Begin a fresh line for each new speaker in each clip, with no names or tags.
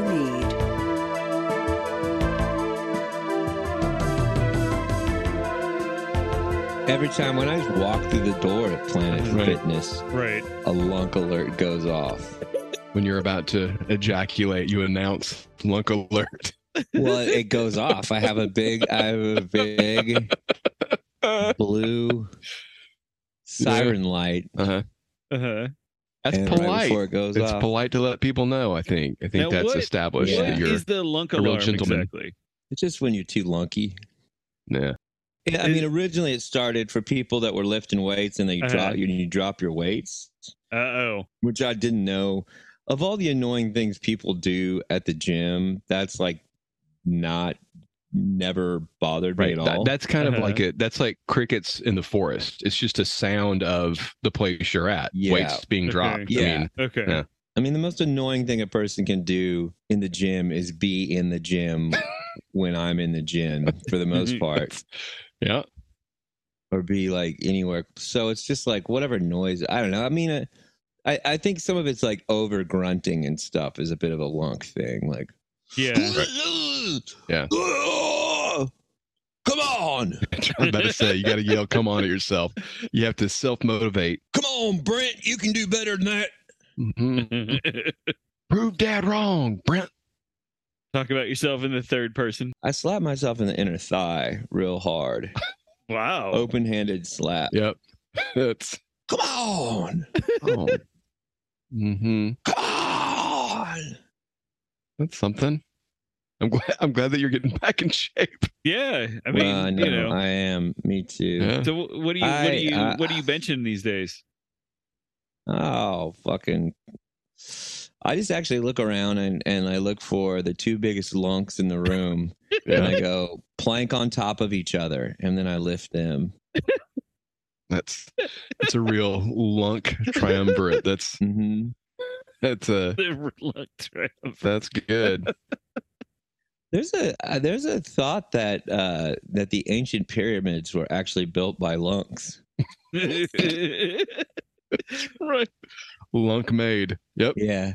need.
Every time when I walk through the door at Planet
Right.
Fitness,
Right.
a lunk alert goes off.
when you're about to ejaculate, you announce lunk alert.
Well, it goes off. I have a big, I have a big
Uh-huh.
Uh
blue siren light.
huh.
Uh-huh.
That's
and Right
polite.
before it goes
it's
off.
polite to let people know. I think. I think
Now,
that's
what-
established
what
that you're.
is the lunk
a real
alarm
gentleman.
exactly?
It's just when you're too lunky.
yeah.
Yeah, I mean, originally it started for people that were lifting weights and they
Uh-huh.
drop you, you drop your weights,
Uh oh.
which I didn't know. Of all the annoying things people do at the gym, that's like not never bothered me
Right.
at
That-
all.
that's kind
Uh-huh.
of like it. That's like crickets in the forest. It's just a sound of the place you're at.
Yeah.
Weights being
Okay.
dropped.
Yeah.
I mean,
Okay.
Yeah.
I mean, the most annoying thing a person can do in the gym is be in the gym when I'm in the gym for the most
Mhm.
part,
yeah.
or be like anywhere. So it's just like whatever noise. I don't know. I mean, uh, I, I think some of it's like over grunting and stuff is a bit of a lunk thing. Like,
Yeah.
Yeah.
Come on.
I'm about to say you got to yell, "Come on!" at yourself. You have to self motivate.
Come on, Brent. You can do better than that.
Mhm. Prove Dad wrong, Brent.
Talk about yourself in the third person.
I slapped myself in the inner thigh real hard.
Wow.
Oh.
Open handed slap.
Yep. That's.
Come on.
Oh. mm-hmm.
Come on.
That's something. I'm glad. I'm glad that you're getting back in shape.
Yeah. I mean,
well, I know,
you know.
I am. Me too.
Yeah.
so wh- what do you what
I-
do you
uh,
I-
what do you benching these days?
Oh, fucking. I just actually look around and, and I look for the two biggest lunks in the room and I go plank on top of each other and then I lift them.
That's it's a real lunk triumvirate. That's
hmm
that's a
The lunk triumph.
that's good.
There's a uh, there's a thought that uh, that the ancient pyramids were actually built by lunks.
right. Lunk made. Yep.
Yeah,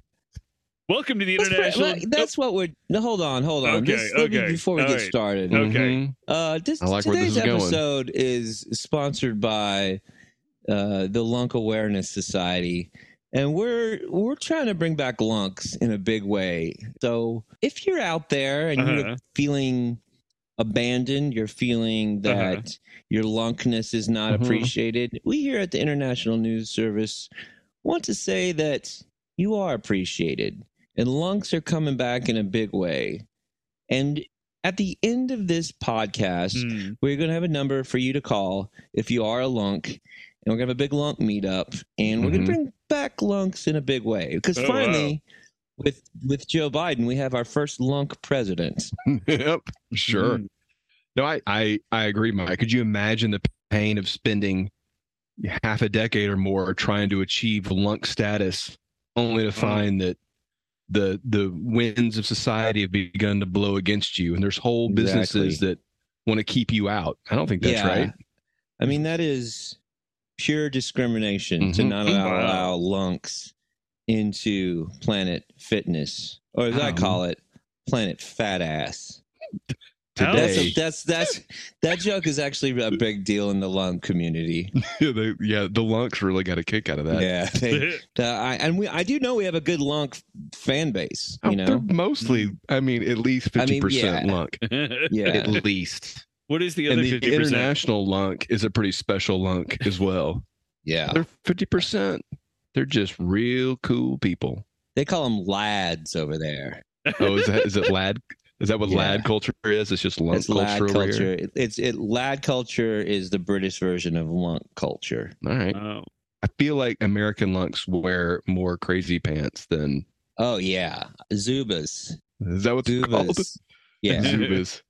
Welcome to the
Let's pre-
international.
let- that's what we're. No, hold on, hold on.
Okay,
Let's- let me-
okay,
Before we
all
get
right.
started,
Okay.
Mhm.
Uh, this
I like where
today's
this is going.
episode is sponsored by uh, the Lunk Awareness Society, and we're we're trying to bring back lunks in a big way. So if you're out there and
Uh-huh.
you're feeling abandoned, you're feeling
Uh-huh.
that your lunkness is not
Mm-hmm.
Mhm.
appreciated, we here at the International News Service want to say that you are appreciated, and lunks are coming back in a big way. And at the end of this podcast,
Hmm.
we're going to have a number for you to call if you are a lunk. And we're going to have a big lunk meetup. And we're going
Mhm.
to bring back lunks in a big way. Because
Mm-hmm. Oh, wow.
finally, with, with Joe Biden, we have our first lunk president.
Mm-hmm. yep. Sure.
Hmm.
No, I, I I agree, Mike. Could you imagine the pain of spending half a decade or more trying to achieve lunk status, only
Mm-hmm.
to find that the the winds of society have begun to blow against you, and there's whole businesses
Exactly.
that want to keep you out. I don't think that's
Yeah. Oh.
right.
I mean, that is pure discrimination to
Mhm.
not allow, allow
Wow.
lunks into Planet Fitness, or as I
Oh.
call it, Planet Fat Ass.
Ouch.
That's,
Today,
a, that's that's that joke is actually a big deal in the lung community.
yeah, they, yeah, the lunks really got a kick out of that.
yeah, they- the- I, and we I do know we have a good lunk fan base.
Oh,
You
they're
know,
mostly, I mean, at least
I mean,
fifty percent
yeah.
lunk.
yeah,
At least,
what is the
and
other
the
fifty percent?
international lunk is a pretty special lunk as well.
yeah.
They're fifty percent. They're just real cool people.
They call them lads over there.
Oh, is that is it lad? Is that what
Yeah.
lad culture is? It's just lunk
It's lad
culture. over
culture.
here?
It- It's it lad culture is the British version of lunk culture.
All right.
Oh.
I feel like American lunks wear more crazy pants than
Oh yeah, Zubas.
is that what they're called?
Zubas. Yeah.
Zubas.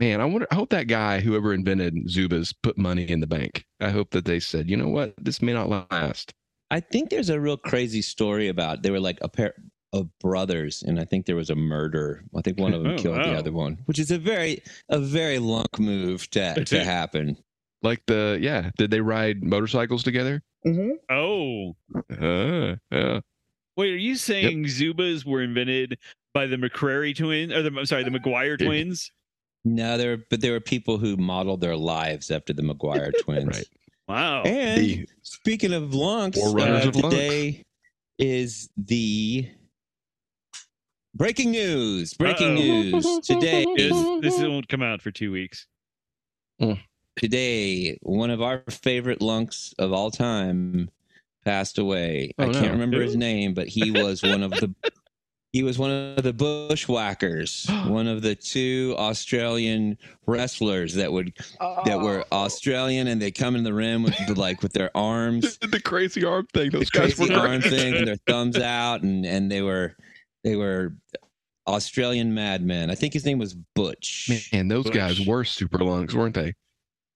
man, I wonder. I hope that guy, whoever invented Zubas, put money in the bank. I hope that they said, you know what, this may not last.
I think there's a real crazy story about they were like a pair of brothers, and I think there was a murder. I think one of them
Oh,
killed the
wow.
other one, which is a very a very lunk move to to happen.
Like the yeah, did they ride motorcycles together?
Oh,
Uh, yeah.
wait, are you saying Zubas were invented by the McCrary twins? Or the I'm sorry, the McGuire
Dude.
twins?
No, there but there were people who modeled their lives after the McGuire twins.
Right. Oh,
Wow.
And
The-
speaking of lunks,
Forerunners
uh,
of lunks.
today is the breaking news. Breaking
Uh-oh.
news today.
Is, this won't come out for two weeks.
today one of our favorite lunks of all time passed away
Oh,
i can't
no.
remember his
Who?
name but he was one of the he was one of the bushwhackers one of the two australian wrestlers that would that were
Oh.
australian and they come in the ring with the, like with their arms
did the crazy arm thing. Those
the
guys were
crazy
great.
arm thing and their thumbs out and and they were they were australian madmen i think his name was butch
Man, those
Bush.
guys were super lungs, weren't they?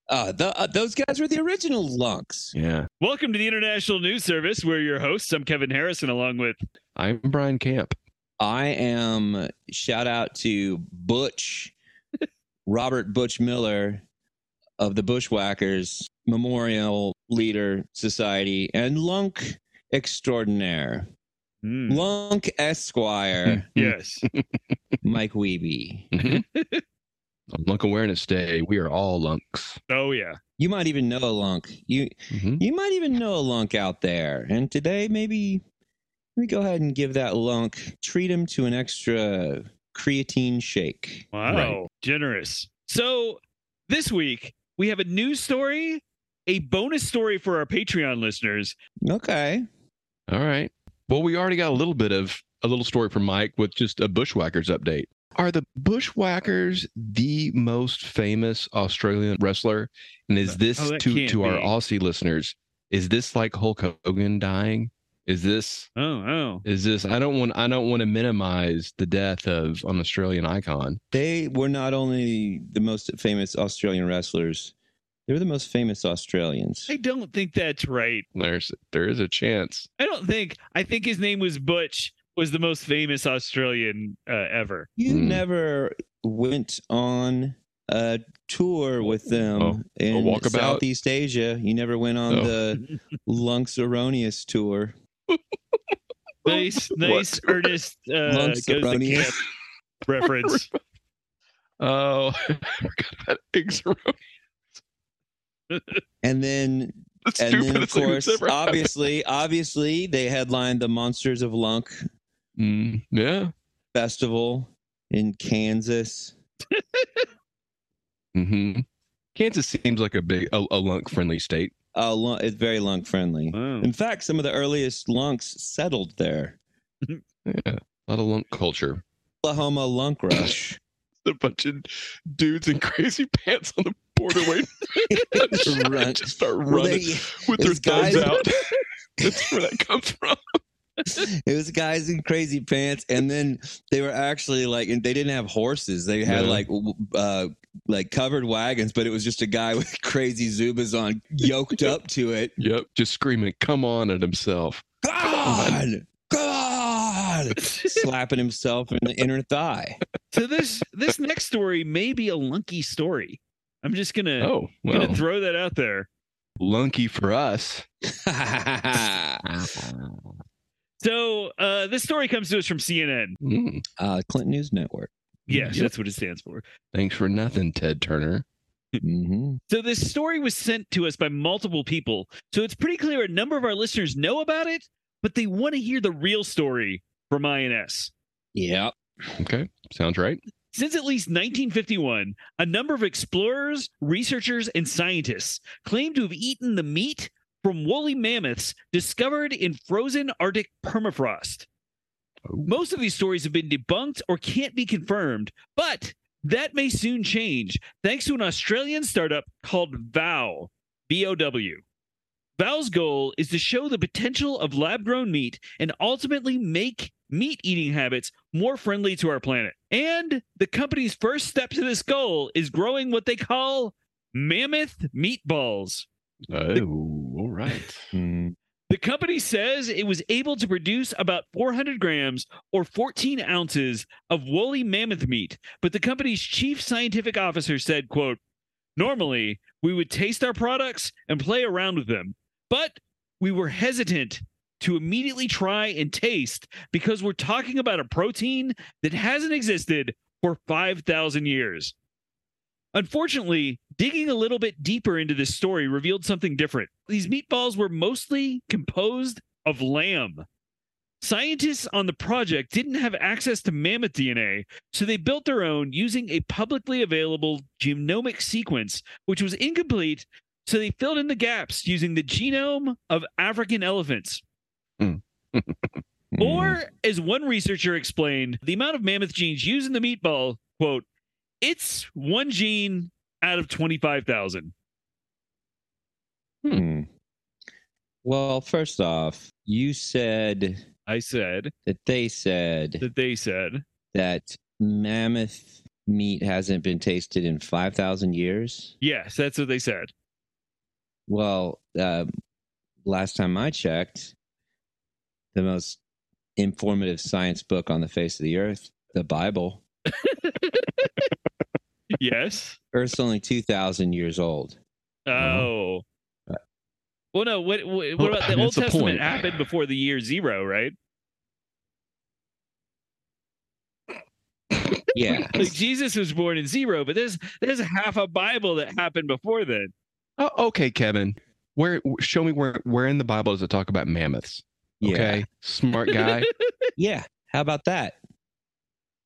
uh, the, uh, those guys were the original lunks
Yeah.
Welcome to the International News Service. We're your hosts. I'm Kevin Harrison, along with
I'm Brian Camp.
I am shout out to Butch, Robert Butch Miller of the Bushwhackers Memorial Leader Society and Lunk Extraordinaire,
Hmm.
Lunk Esquire,
Yes.
Mike Weeby.
Mhm. On Lunk Awareness Day, we are all lunks.
Oh yeah.
You might even know a lunk. You
Mhm.
you might even know a lunk out there. And today maybe let me go ahead and give that lunk treat him to an extra creatine shake.
Wow.
Right.
Generous. So this week we have a news story, a bonus story for our Patreon listeners.
Okay.
All right. Well, we already got a little bit of a little story from Mike with just a bushwhackers update. Are the bushwhackers the most famous Australian wrestler? And is this
Oh, that
to
can't
to our
be.
Aussie listeners? Is this like Hulk Hogan dying? Is this
Oh, oh.
is this? I don't want I don't want to minimize the death of an Australian icon.
They were not only the most famous Australian wrestlers, they were the most famous Australians.
I don't think that's right.
There's there is a chance.
I don't think. I think his name was Butch. Was the most famous Australian uh, ever.
You
Hmm.
never went on a tour with them
Oh,
in
walkabout?
Southeast Asia. You never went on
Oh.
the Lunks Erroneous tour.
Nice, nice, earnest uh, goes
Lunks
to camp
Erroneous.
reference.
Oh, I forgot about Eggs
And then,
That's
and then of course, obviously, obviously, they headlined the Monsters of Lunk
Mm, yeah.
Festival in Kansas.
hmm Kansas seems like a big, a, a lunk friendly state.
Uh, Lunk- it's very Lunk friendly.
Wow.
In fact, some of the earliest Lunks settled there.
Yeah. A lot of lunk culture.
Oklahoma Lunk Rush.
A bunch of dudes in crazy pants on the border waiting
Run.
just start
Well, they-
with
their it's guys- thumbs out.
That's where that comes from.
it was guys in crazy pants, and then they were actually like, and they didn't have horses. They had
No.
like, w- uh, like covered wagons, but it was just a guy with crazy zubas on, yoked up to it.
Yep. Just screaming, come on at himself.
Come on, come on, slapping himself in the inner thigh.
so this this next story may be a lunky story. I'm just gonna
Oh,
gonna
well,
throw that out there.
lunky for us.
Ah.
So uh, this story comes to us from CNN.
Mm.
uh, Clinton News Network.
Yes,
Yep.
that's what it stands for.
Thanks for nothing, Ted Turner.
Mhm.
So this story was sent to us by multiple people. So it's pretty clear a number of our listeners know about it, but they want to hear the real story from INS.
Yep.
Okay. Sounds right.
Since at least 1951, a number of explorers, researchers, and scientists claim to have eaten the meat from woolly mammoths discovered in frozen Arctic permafrost. Most of these stories have been debunked or can't be confirmed, but that may soon change thanks to an Australian startup called VOW. V-O-W. VOW's goal is to show the potential of lab grown meat and ultimately make meat eating habits more friendly to our planet. And the company's first step to this goal is growing what they call mammoth meatballs.
Oh, all right.
Mm.
The company says it was able to produce about 400 grams or 14 ounces of woolly mammoth meat, but the company's chief scientific officer said, quote, Normally, we would taste our products and play around with them, but we were hesitant to immediately try and taste because we're talking about a protein that hasn't existed for 5,000 years. Unfortunately, digging a little bit deeper into this story revealed something different. These meatballs were mostly composed of lamb. Scientists on the project didn't have access to mammoth DNA, so they built their own using a publicly available genomic sequence, which was incomplete, so they filled in the gaps using the genome of African elephants.
Mm-hmm.
Or, as one researcher explained, the amount of mammoth genes used in the meatball, quote, it's one gene out of 25,000.
Hmm. Well, first off, you said
I said
that they said
that they said.
that mammoth meat hasn't been tasted in 5,000 years.
Yes, that's what they said.
Well, um last time I checked, the most informative science book on the face of the earth, the Bible,
Yes.
Earth's only 2,000 years old.
Oh. Well, no. What, what, what about
Uh-huh.
the
Uh, Well,
Old
that's the
Testament
point.
happened before the year zero, right?
Yeah.
Like Jesus was born in zero, but there's there's half a Bible that happened before then.
Oh, okay, Kevin. Where show me where where in the Bible does it talk about mammoths?
Yeah.
Okay, smart guy.
Yeah. How about that?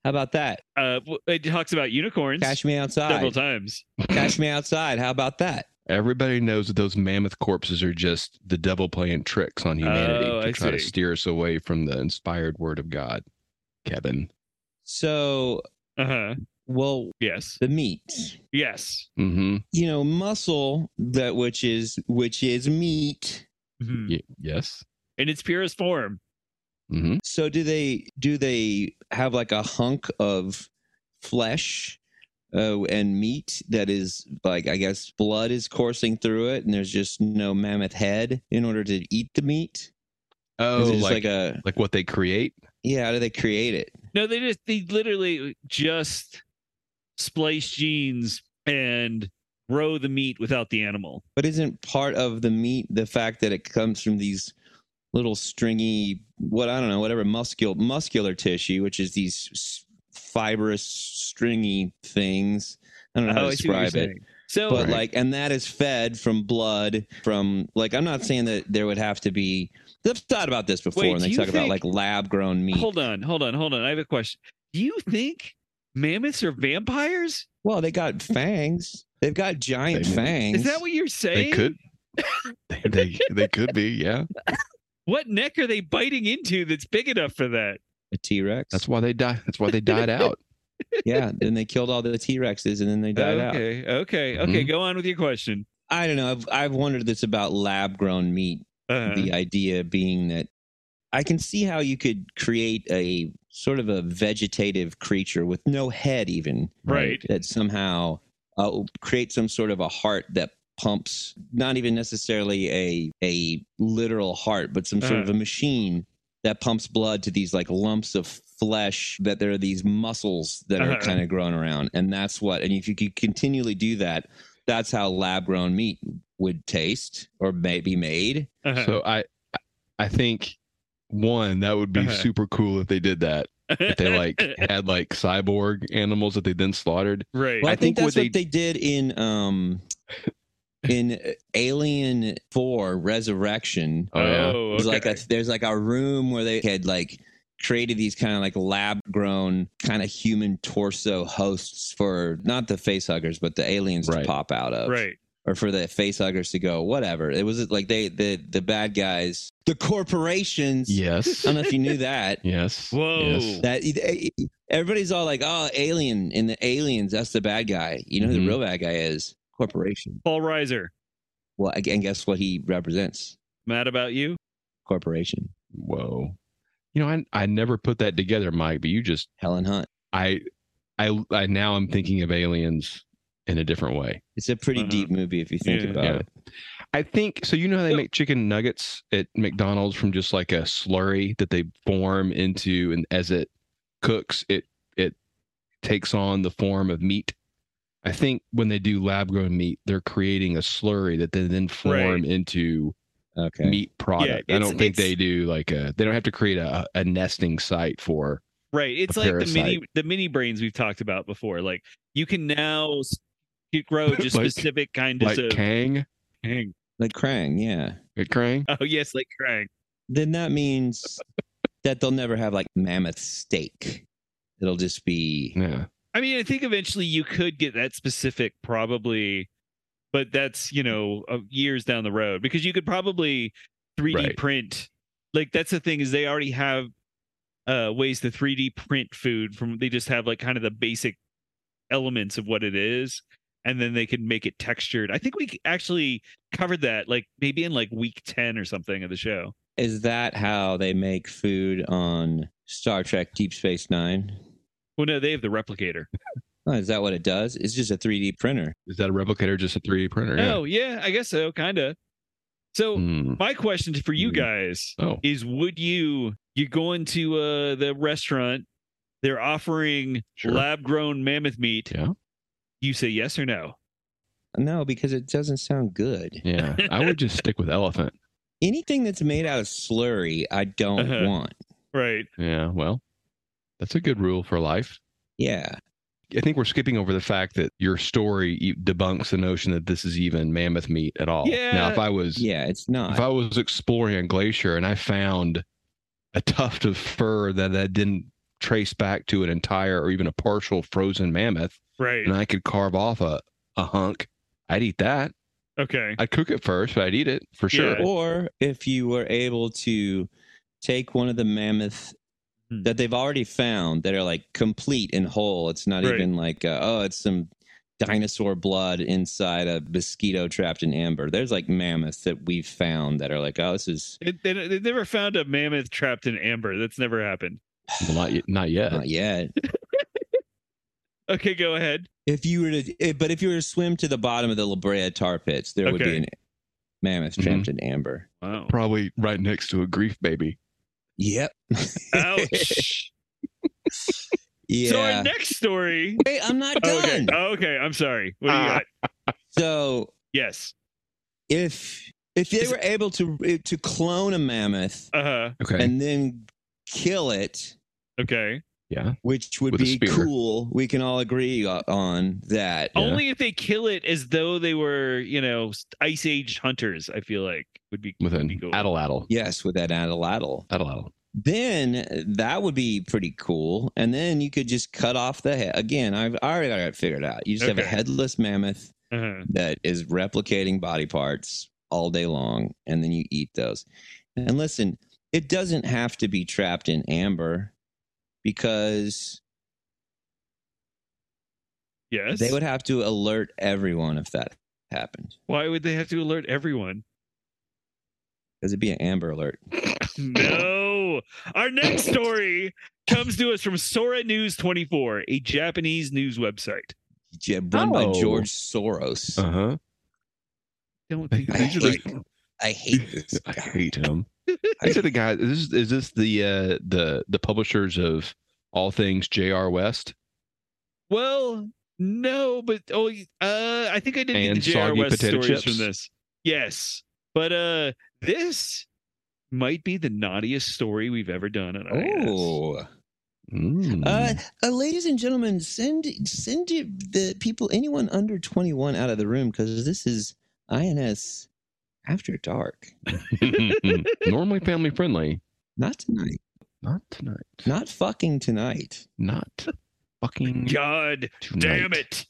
How about that?
Uh, w- it talks about unicorns
Cash me
several
outside.
times.
Cash me outside. How about that?
Everybody knows that those mammoth corpses are just the devil playing tricks on humanity
Oh,
to
I
try to
see.
steer us away from the inspired word of God. Kevin.
So,
Uh huh.
well,
Yes.
the meat.
Yes.
Mm-hmm.
You know, muscle that which is which is meat.
Mhm.
yes.
In its purest form.
Mm-hmm.
So do they do they have like a hunk of flesh uh, and meat that is like I guess blood is coursing through it, and there's just no mammoth head in order to eat the meat.
Oh,
Is it
like,
just
like,
like a
what they create?
yeah? How do they create it?
No, they just they literally just splice genes and grow the meat without the animal.
But isn't part of the meat the fact that it comes from these little stringy, what I don't know, whatever muscular muscular tissue, which is these s- fibrous, stringy things. I don't know how
Oh,
to
I see what you're
describe it,
saying. Oh, So
but
Right.
like, and that is fed from blood. From like, I'm not saying that there would have to be. They've thought about this before,
Wait,
and
do
they
you
talk about like
think-
lab grown meat.
hold on, hold on, hold on. I have a question. Do you think mammoths are vampires?
Well, they got fangs. They've got giant
They-
fangs.
Is that what you're
They
saying?
could they, they they could be, yeah.
What neck are they biting into that's big enough for that?
a T Rex?
That's why they die that's why they died out.
yeah. Then they killed all the T Rexes, and then they died out.
okay, okay, okay. Go on with your question.
I don't know. I've I've wondered this about lab grown meat.
Uh,
The idea being that I can see how you could create a sort of a vegetative creature with no head, even
Right.
That somehow uh, create some sort of a heart that pumps, not even necessarily a a literal heart, but some sort of
Uh-huh.
a machine that pumps blood to these like lumps of flesh that there are these muscles that are
Uh-huh.
kind of growing around and that's what and if you could continually do that that's how lab grown meat would taste or may be made.
uh-huh.
So I I think one, that would be
Uh-huh.
super cool if they did that. If they like had like cyborg animals that they then slaughtered.
right.
Well, I,
I
think,
think
that's
what
what they, did in um in Alien 4 Resurrection.
Oh, yeah.
Oh,
There's like
okay.
a there's like a room where they had like created these kind of like lab grown kind of human torso hosts for not the facehuggers but the aliens
Right.
to pop out of
right.
or for the facehuggers to go whatever it was like they the the bad guys the corporations
Yes.
i don't know if you knew that
Yes.
Whoa.
Yes.
that e, everybody's all like oh alien and the aliens that's the bad guy you know who the
Mm-hmm.
Mhm.
real bad guy is corporation
Paul Reiser,
well and guess what he represents
mad about you?
corporation
Whoa. You know, I I never put that together, Mike. But you just
Helen Hunt.
I I I now I'm thinking of aliens in a different way.
It's a pretty
Uh-huh.
deep movie if you think
Yeah.
about
Yeah.
it.
I think so. You know how they
So-
make chicken nuggets at McDonald's from just like a slurry that they form into, and as it cooks, it it takes on the form of meat. I think when they do lab grown meat, they're creating a slurry that they then form
Right.
into
Okay.
meat product. I
it's-
don't think
it's-
they do like a. They don't have to create a, a nesting site for.
Right. It's like the mini
parasite.
the mini brains we've talked about before. Like you can now s- you grow just
Like-
specific kinds
Like
of
Kang,
Krang.
Like Krang, yeah.
like Krang.
Oh yes, like Krang.
Then that means that they'll never have like mammoth steak. It'll just be
Yeah,
I mean, I think eventually you could get that specific, probably, but that's you know uh, years down the road because you could probably 3D
Right.
print. Like that's the thing is they already have uh, ways to 3D print food from. They just have like kind of the basic elements of what it is, and then they can make it textured. I think we c- actually covered that like maybe in like week ten or something of the show.
is that how they make food on Star Trek Deep Space Nine?
Well, no, they have the replicator.
Oh, is that what it does? It's just a 3D printer.
is that a replicator? or Just a three D printer?
Oh yeah, I guess so, kind of.
Yeah.
So
Hmm.
my question for you
Mhm.
guys
Oh.
is would you you're going to uh the restaurant they're offering
Sure.
lab grown mammoth meat
Yeah.
you say yes or no
No, because it doesn't sound good.
Yeah. I would just stick with elephant.
Anything that's made out of slurry, I don't
Uh-huh.
want.
right
Yeah. Well, that's a good rule for life.
Yeah.
I think we're skipping over the fact that your story e- debunks the notion that this is even mammoth meat at all. Now, if
Yeah.
I was
Yeah, it's
if
not.
I was exploring a glacier and I found a tuft of fur that I didn't trace back to an entire or even a partial frozen mammoth,
right
and I could carve off a a hunk, I'd eat that.
okay
I'd cook it first, but I'd eat it for sure.
Yeah.
Or if you were able to take one of the mammoth
Hmm.
that they've already found that are like complete and whole, it's not
Right.
even like, uh, oh, it's some dinosaur blood inside a mosquito trapped in amber. There's like mammoths that we've found that are like, oh, this is
they, they, they never found a mammoth trapped in amber that's never happened
Well, not yet. Not
Uh-huh.
yet.
not yet.
okay go ahead
If you were to, eh, but if you were to swim to the bottom of the La Brea tar pits, there would be
Okay. Mm-hmm.
an mammoth trapped in amber.
wow
Probably right next to a grief baby.
Yep.
ouch
Yeah.
so our next story Oh,
Wait, I'm not done.
okay okay i'm sorry what do you
Ah.
got
So
yes
if if they
Is-
were able to eh, to clone a mammoth
uh-huh
Okay.
and then kill it,
okay
yeah.
which would
With a
be
spear.
cool, we can all agree o- on that.
Yeah.
only if they kill it as though they were you know ice age hunters i feel like would be
With
would
an
be cool.
addle addle.
Yes, with that atlatl.
Addle
Then that would be pretty cool, and then you could just cut off the head. Again, I've I already got it figured out. You just have a
Okay.
headless mammoth
Uh-huh.
that is replicating body parts all day long, and then you eat those. And listen, it doesn't have to be trapped in amber because
Yes.
They would have to alert everyone if that happened.
Why would they have to alert everyone?
Because it'd be an Amber Alert.
No. Our next story comes to us from Sora News 24, a Japanese news website.
J- Run by
Oh.
George Soros.
Uh huh.
Don't
Like,
think
I
that's
these are
right.
hate,
the-
I hate this
I
guy.
hate him. These are the guys. Is this, is this the uh, the the publishers of all things J.R. West
Well, no, but oh, uh, I think I did get the
And
J.R.
soggy
West
potato
stories
chips.
from this. Yes, but uh, this might be the naughtiest story we've ever done on IIS.
Oh.
Mm.
Uh, uh, ladies and gentlemen, send send it- the people, anyone under 21 out of the room because this is INS After Dark.
Normally family friendly.
Not tonight.
Not tonight.
Not fucking tonight.
Not fucking
God
tonight.
damn it!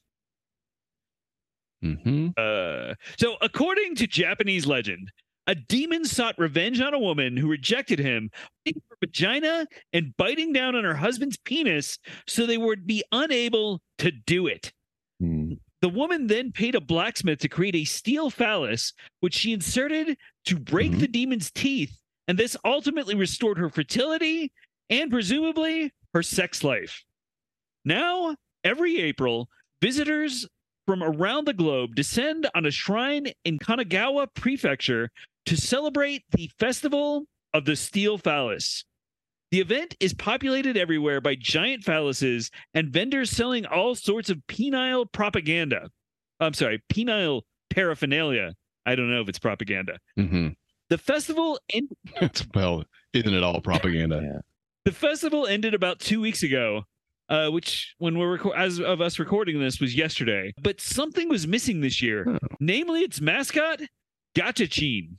Mm-hmm.
Uh, so, according to Japanese legend, a demon sought revenge on a woman who rejected him, biting her vagina and biting down on her husband's penis so they would be unable to do it.
Hmm.
The woman then paid a blacksmith to create a steel phallus, which she inserted to break
Mhm.
the demon's teeth and this ultimately restored her fertility and presumably her sex life. Now, every April, visitors from around the globe descend on a shrine in Kanagawa Prefecture to celebrate the Festival of the Steel Phallus. The event is populated everywhere by giant phalluses and vendors selling all sorts of penile propaganda. I'm sorry, penile paraphernalia. I don't know if it's propaganda.
Mm-hmm.
The festival in-
It's, well, isn't it all propaganda?
the festival ended about two weeks ago, uh, which when we're reco- as of us recording this was yesterday. But something was missing this year,
Oh.
namely its mascot, Gachachin.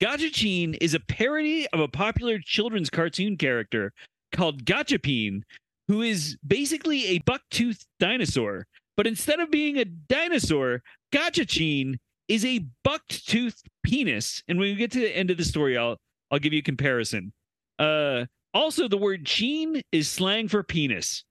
Gachachin is a parody of a popular children's cartoon character called Gachapine, who is basically a buck-toothed dinosaur. But instead of being a dinosaur, Gachachin is a buck-toothed penis. And when we get to the end of the story, I'll I'll give you a comparison. Uh, also, the word "cheen" is slang for penis.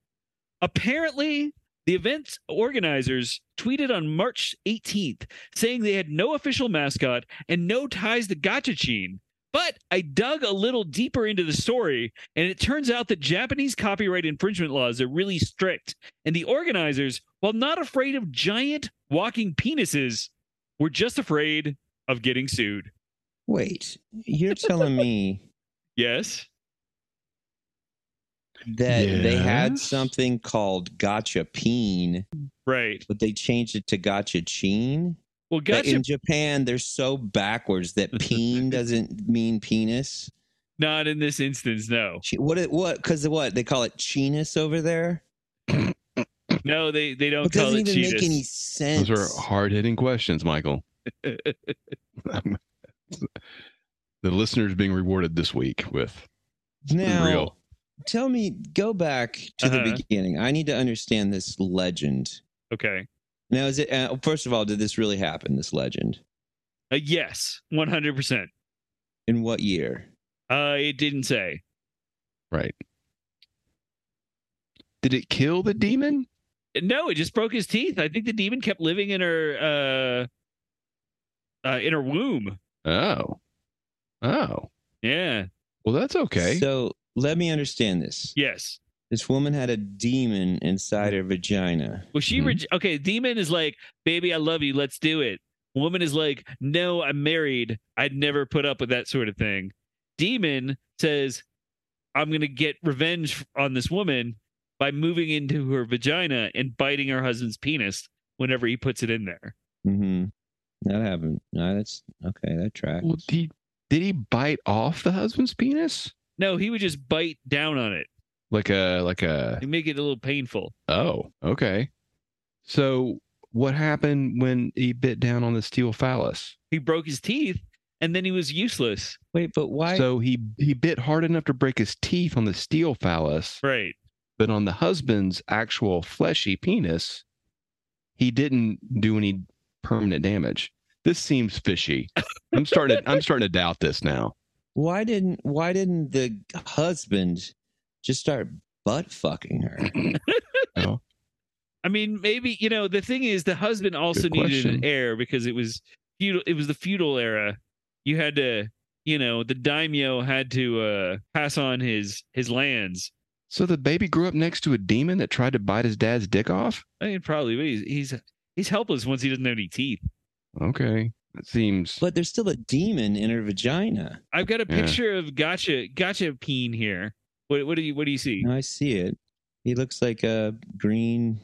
Apparently, the event's organizers tweeted on March 18th saying they had no official mascot and no ties to Gacha Cheen. But I dug a little deeper into the story, and it turns out that Japanese copyright infringement laws are really strict. And the organizers, while not afraid of giant walking penises, were just afraid of getting sued.
Wait, you're telling me
Yes?
that they had
Yes?
something called Gotcha Peen,
Right.
but they changed it to Gotcha Cheen?
Well,
But
Gacha
in Japan, they're so backwards that peen doesn't mean penis.
Not in this instance, no.
Chi- What? it- What? Because what they call it chinus over there.
No, they they don't
It
call
doesn't
it
even make any
cheetahs.
sense.
Those are hard hitting questions, Michael. the listeners being rewarded this week with
now,
real.
tell me, go back to
Uh-huh.
the beginning. I need to understand this legend.
Okay.
Now, is it? Uh, first of all, did this really happen? This legend?
Uh, yes, one hundred percent.
In what year?
Uh, it didn't say.
Did it kill the demon?
No, it just broke his teeth. I think the demon kept living in her uh, uh in her womb.
Oh. Oh.
Yeah.
Well, that's okay.
So let me understand this.
Yes.
This woman had a demon
Mm-hmm.
inside her vagina.
Well, she
Hmm.
reg- okay. Demon is like, baby, I love you. Let's do it. Woman is like, no, I'm married. I'd never put up with that sort of thing. Demon says, I'm gonna get revenge on this woman by moving into her vagina and biting her husband's penis whenever he puts it in there.
Mm-hmm. That happened. No, that's okay. That tracks.
Well, he, did he bite off the husband's penis?
No, he would just bite down on it.
Like a like a
He'd make it a little painful.
Oh, okay. So what happened when he bit down on the steel phallus?
He broke his teeth and then he was useless.
Wait, but why?
so he he bit hard enough to break his teeth on the steel phallus,
Right.
but on the husband's actual fleshy penis, he didn't do any permanent damage. This seems fishy. I'm starting to, I'm starting to doubt this now.
why didn't why didn't the husband just start butt fucking her?
I mean, maybe you know the thing is the husband also
Good
needed an
question.
heir because it was feudal. It was the feudal era. You had to, you know, the daimyo had to uh, pass on his his lands.
So the baby grew up next to a demon that tried to bite his dad's dick off?
I mean, probably, but he's he's he's helpless once he doesn't have any teeth.
Okay. That seems
But there's still a demon in her vagina.
I've got a
Yeah.
picture of gotcha gotcha peen here. What what do you what do you see?
Now I see it. He looks like a green.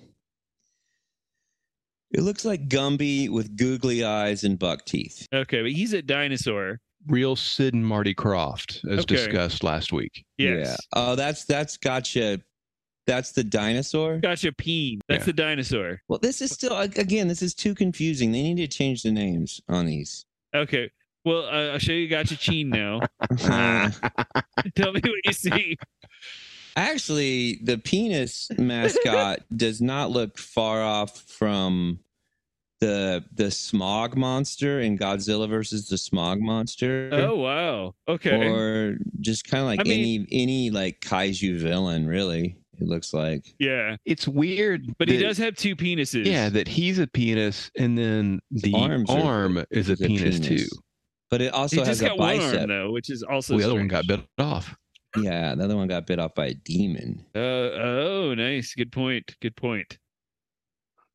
It looks like Gumby with googly eyes and buck teeth.
Okay, but he's a dinosaur.
real Sid and Marty Croft as
Okay.
discussed last week.
Yes,
Oh, that's that's gotcha. That's the dinosaur.
gotcha peen. That's
Yeah.
the dinosaur.
Well, this is still ag- again. This is too confusing. They need to change the names on these.
Okay. Well, uh, I'll show you gotcha cheen now. Tell me what you see.
Actually, the penis mascot does not look far off from the the smog monster in Godzilla versus the smog monster.
Oh wow. Okay.
Or just kind of like
I mean-
any any like kaiju villain, really. It looks like
yeah.
It's weird,
But he
that-
does have two penises.
Yeah, that he's a penis, and then the
Arms are-
arm is a
It's
penis, too.
but it also
He
has
just
a
got one
bicep.
arm though, which is also
Well, the other one got
strange.
bit off.
yeah, the other one got bit off by a demon.
Uh, oh, nice. Good point. Good point.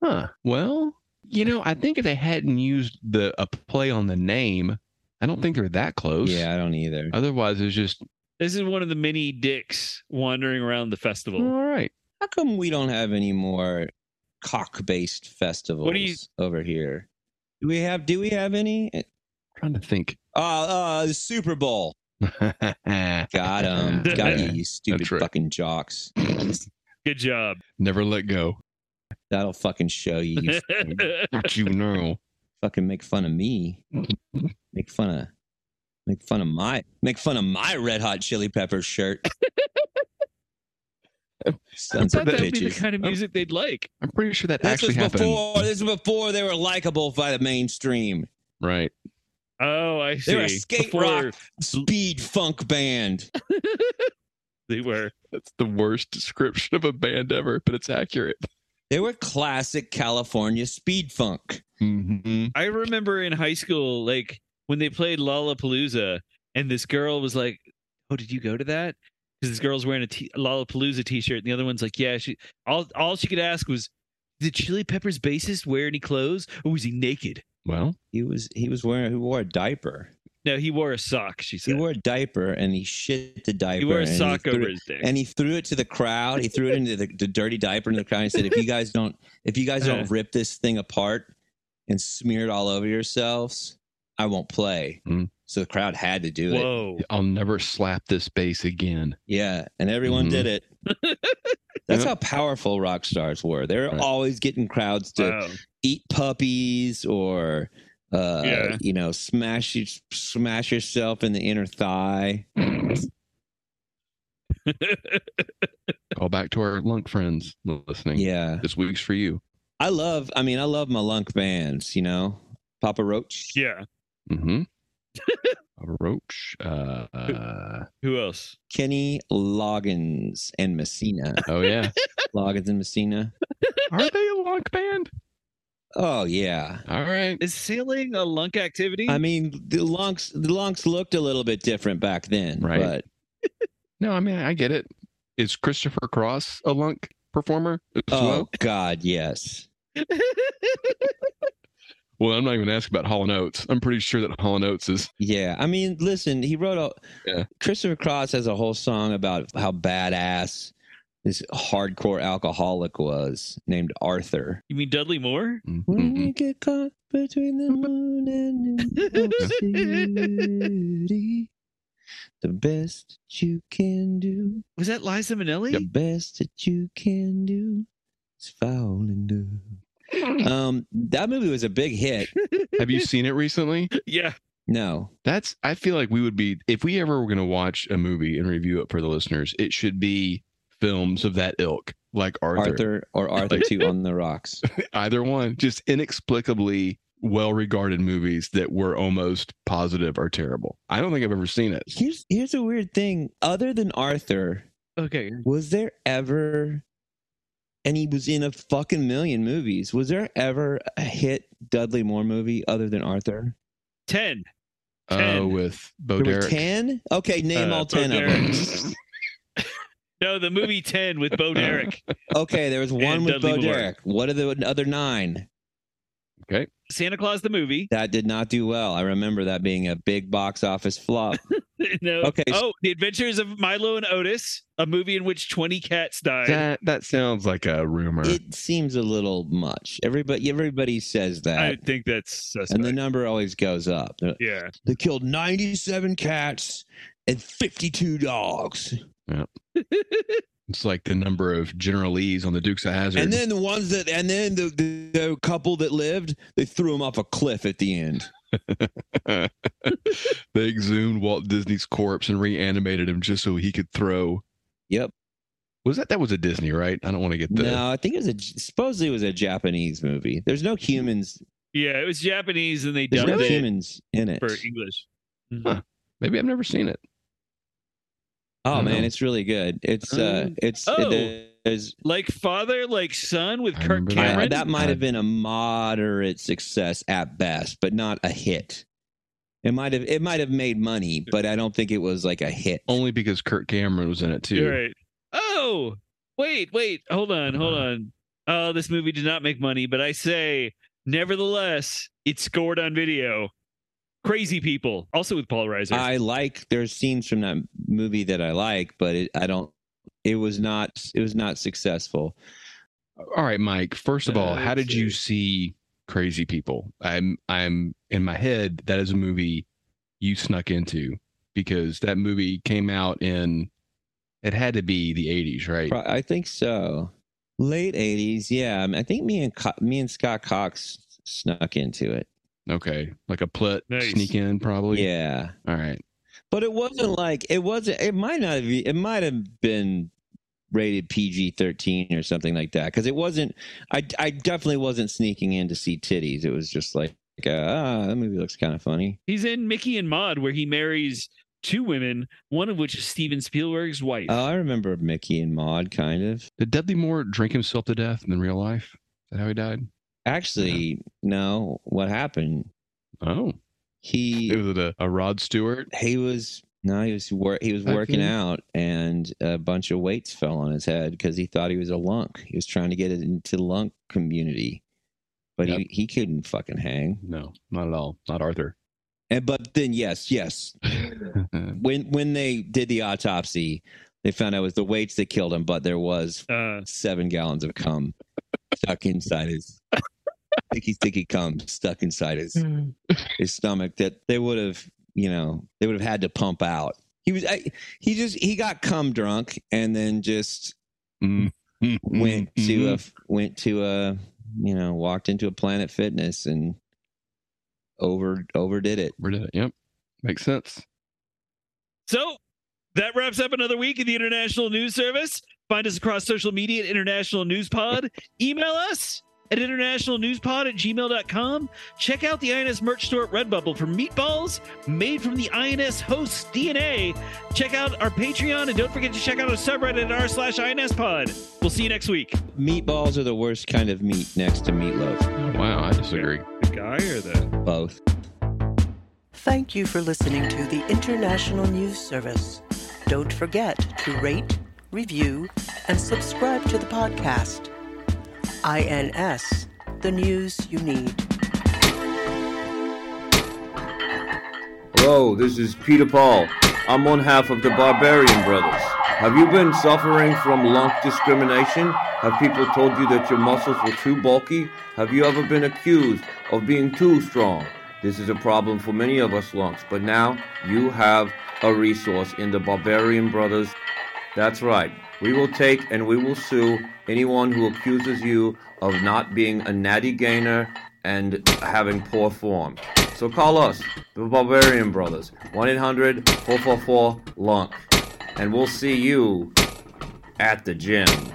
Huh. Well, you know, I think if they hadn't used the a play on the name, I don't think they're that close.
Yeah, I don't either.
Otherwise, it's just
This is one of the many dicks wandering around the festival.
all right.
How come we don't have any more cock-based festivals
do you-
over here? Do we have? Do we have any?
trying to think.
Uh, uh, the Super Bowl. Got him. Got you, you stupid
right.
fucking jocks.
Good job.
Never let go.
That'll fucking show you. You
Don't you know?
fucking make fun of me. Make fun of. Make fun of my. Make fun of my Red Hot Chili Peppers shirt.
I
Sons of
thought that would be the
bitches. Oh.
kind of music they'd like.
I'm pretty sure that
This
actually
was
happened.
before. This was before they were likable by the mainstream.
Right.
Oh, I see.
They were a skate
Before
rock speed funk band.
They were.
That's the worst description of a band ever, but it's accurate.
They were classic California speed funk.
Mm-hmm.
I remember in high school, like when they played Lollapalooza, and this girl was like, "Oh, did you go to that?" Because this girl's wearing a t- Lollapalooza T-shirt, and the other one's like, "Yeah." She all all she could ask was, "Did Chili Peppers bassist wear any clothes, or was he naked?"
Well,
He was he was wearing he wore a diaper.
No, he wore a sock. She
He
said.
wore a diaper and he shit the diaper.
He wore a
and
sock
threw
over
it-
his dick.
and he threw it to the crowd. He threw it into the, the dirty diaper into the crowd. And he said, "If you guys don't, if you guys
Uh.
don't rip this thing apart and smear it all over yourselves, I won't play."
Mm.
So the crowd had to do it.
Mm-hmm. Whoa!
I'll never slap this bass again.
Yeah, and everyone
Mhm.
Mm-hmm.
did it. That's
Yeah.
how powerful rock stars were. They're
Right.
always getting crowds to
Wow.
eat puppies or uh
Yeah.
you know smash you, smash yourself in the inner thigh
Call back to our lunk friends listening.
yeah
This week's for you.
i love i mean i love my lunk bands you know papa roach
yeah.
Mm-hmm. a roach. Uh, uh,
Who else?
kenny loggins and messina
oh yeah.
loggins and messina
Are they a lunk band?
oh yeah
All right.
Is sailing a lunk activity?
i mean the lunks the lunks looked a little bit different back then
Right.
but
No, I mean I get it. Is Christopher Cross a lunk performer as
oh
well?
god yes
Well, I'm not even asking about Hall and Oates. I'm pretty sure that Hall and Oates is
Yeah, I mean, listen, he wrote a
Yeah.
Christopher Cross has a whole song about how badass this hardcore alcoholic was named Arthur.
you mean Dudley Moore?
Mm-hmm.
When you get caught between the moon and New York City, the best that you can do,
Was that Liza Minnelli?
the best that you can do is fall in love. Um, that movie was a big hit.
Have you seen it recently?
Yeah.
No,
That's I feel like we would be if we ever were going to watch a movie and review it for the listeners, it should be films of that ilk, like Arthur.
Arthur or Arthur Two on the Rocks.
Either one, just inexplicably well-regarded movies that were almost positive are terrible. I don't think I've ever seen it.
Here's here's a weird thing. Other than Arthur,
Okay.
was there ever and he was in a fucking million movies. Was there ever a hit Dudley Moore movie other than Arthur?
Ten.
Oh,
Ten.
with Bo
There were
Derek.
ten? Okay, name
Uh,
all
Bo
ten of
Derek.
them.
No, the movie Ten with Bo Derek.
Okay, there was one
And
with
Dudley
Bo
Moore.
Derek. What are the other nine?
Santa Claus the movie.
That did not do well. I remember that being a big box office flop.
no.
Okay.
Oh, The Adventures of Milo and Otis, a movie in which 20 cats died.
That that sounds like a rumor.
it seems a little much. Everybody everybody says that.
I think that's suspect.
and the number always goes up.
yeah.
They killed 97 cats and 52 dogs.
it's like the number of generalees on the Dukes of Hazard.
And then the ones that, and then the, the, the couple that lived, they threw them off a cliff at the end.
they exhumed Walt Disney's corpse and reanimated him just so he could throw
Yep.
Was that that was a Disney, right? I don't want to get the
No, I think it was a, supposedly it was a Japanese movie. There's no humans,
Yeah, it was Japanese and they
there's
dubbed
no
it
humans in it.
for English. Mhm.
Huh. maybe I've never seen it.
Oh
don't
man,
know.
it's really good. It's, uh,
Oh.
it's,
Oh.
it- there's,
Like father, like son with
I
Kirk
remember that.
yeah,
Cameron.
that might have been a moderate success at best, but not a hit. It might have it might have made money, but I don't think it was like a hit.
Only because Kurt Cameron was in it too.
You're right. Oh, wait, wait. Hold on, hold
Uh-huh.
on. Oh, this movie did not make money, but I say, nevertheless, it scored on video. Crazy people, also with Paul Reiser.
I like there's scenes from that movie that I like, but it, I don't. It was not it was not successful.
All right, Mike. First of all,
Uh,
how
let's
did you see Crazy People? I'm I'm in my head that is a movie you snuck into because that movie came out in it had to be the 80s, right?
Pro- I think so. Late '80s, yeah. I think me and Co- me and Scott Cox snuck into it.
Okay. Like a plut
Nice.
sneak in probably.
Yeah,
All right.
but it wasn't like it wasn't. It might not have. It might have been rated PG thirteen or something like that because it wasn't. I I definitely wasn't sneaking in to see titties. It was just like, uh, ah, that movie looks kind of funny.
He's in Mickey and Maude, where he marries two women, one of which is Steven Spielberg's wife.
Oh, I remember Mickey and Maud kind of.
Did Dudley Moore drink himself to death in real life? Is that how he died?
Actually, no. What happened?
Oh. It
He
was a, a Rod Stewart.
he was no, he was wor- he was
Back
working
then?
out, and a bunch of weights fell on his head because he thought he was a lunk. He was trying to get it into the lunk community, but he,
Yep.
he couldn't fucking hang.
No, not at all. Not Arthur.
And but then yes, yes. When when they did the autopsy, they found out it was the weights that killed him, but there was
Uh,
seven gallons of cum stuck inside his sticky sticky cum stuck inside his his stomach that they would have you know they would have had to pump out he was I, he just he got cum drunk and then just went
Mm-hmm.
to a went to a you know walked into a planet fitness and over overdid it
Where did it? Yep. Makes sense.
So that wraps up another week of the International News Service. Find us across social media at International News Pod. Email us at internationalnewspod at gmail.com. Check out the INS merch store at Redbubble for meatballs made from the INS host's DNA. Check out our Patreon and don't forget to check out our subreddit at r slash INS pod. We'll see you next week.
meatballs are the worst kind of meat next to meatloaf
Wow, I disagree.
The guy or the
both
Thank you for listening to the International News Service. Don't forget to rate, review, and subscribe to the podcast. INS, the news you need.
Hello, this is Peter Paul. I'm one half of the Barbarian Brothers. Have you been suffering from lump discrimination? Have people told you that your muscles were too bulky? Have you ever been accused of being too strong? This is a problem for many of us lumps, but now you have a resource in the Barbarian Brothers. That's right. We will take and we will sue anyone who accuses you of not being a natty gainer and having poor form. So call us, the Barbarian Brothers, 1 800 444 LUNK, and we'll see you at the gym.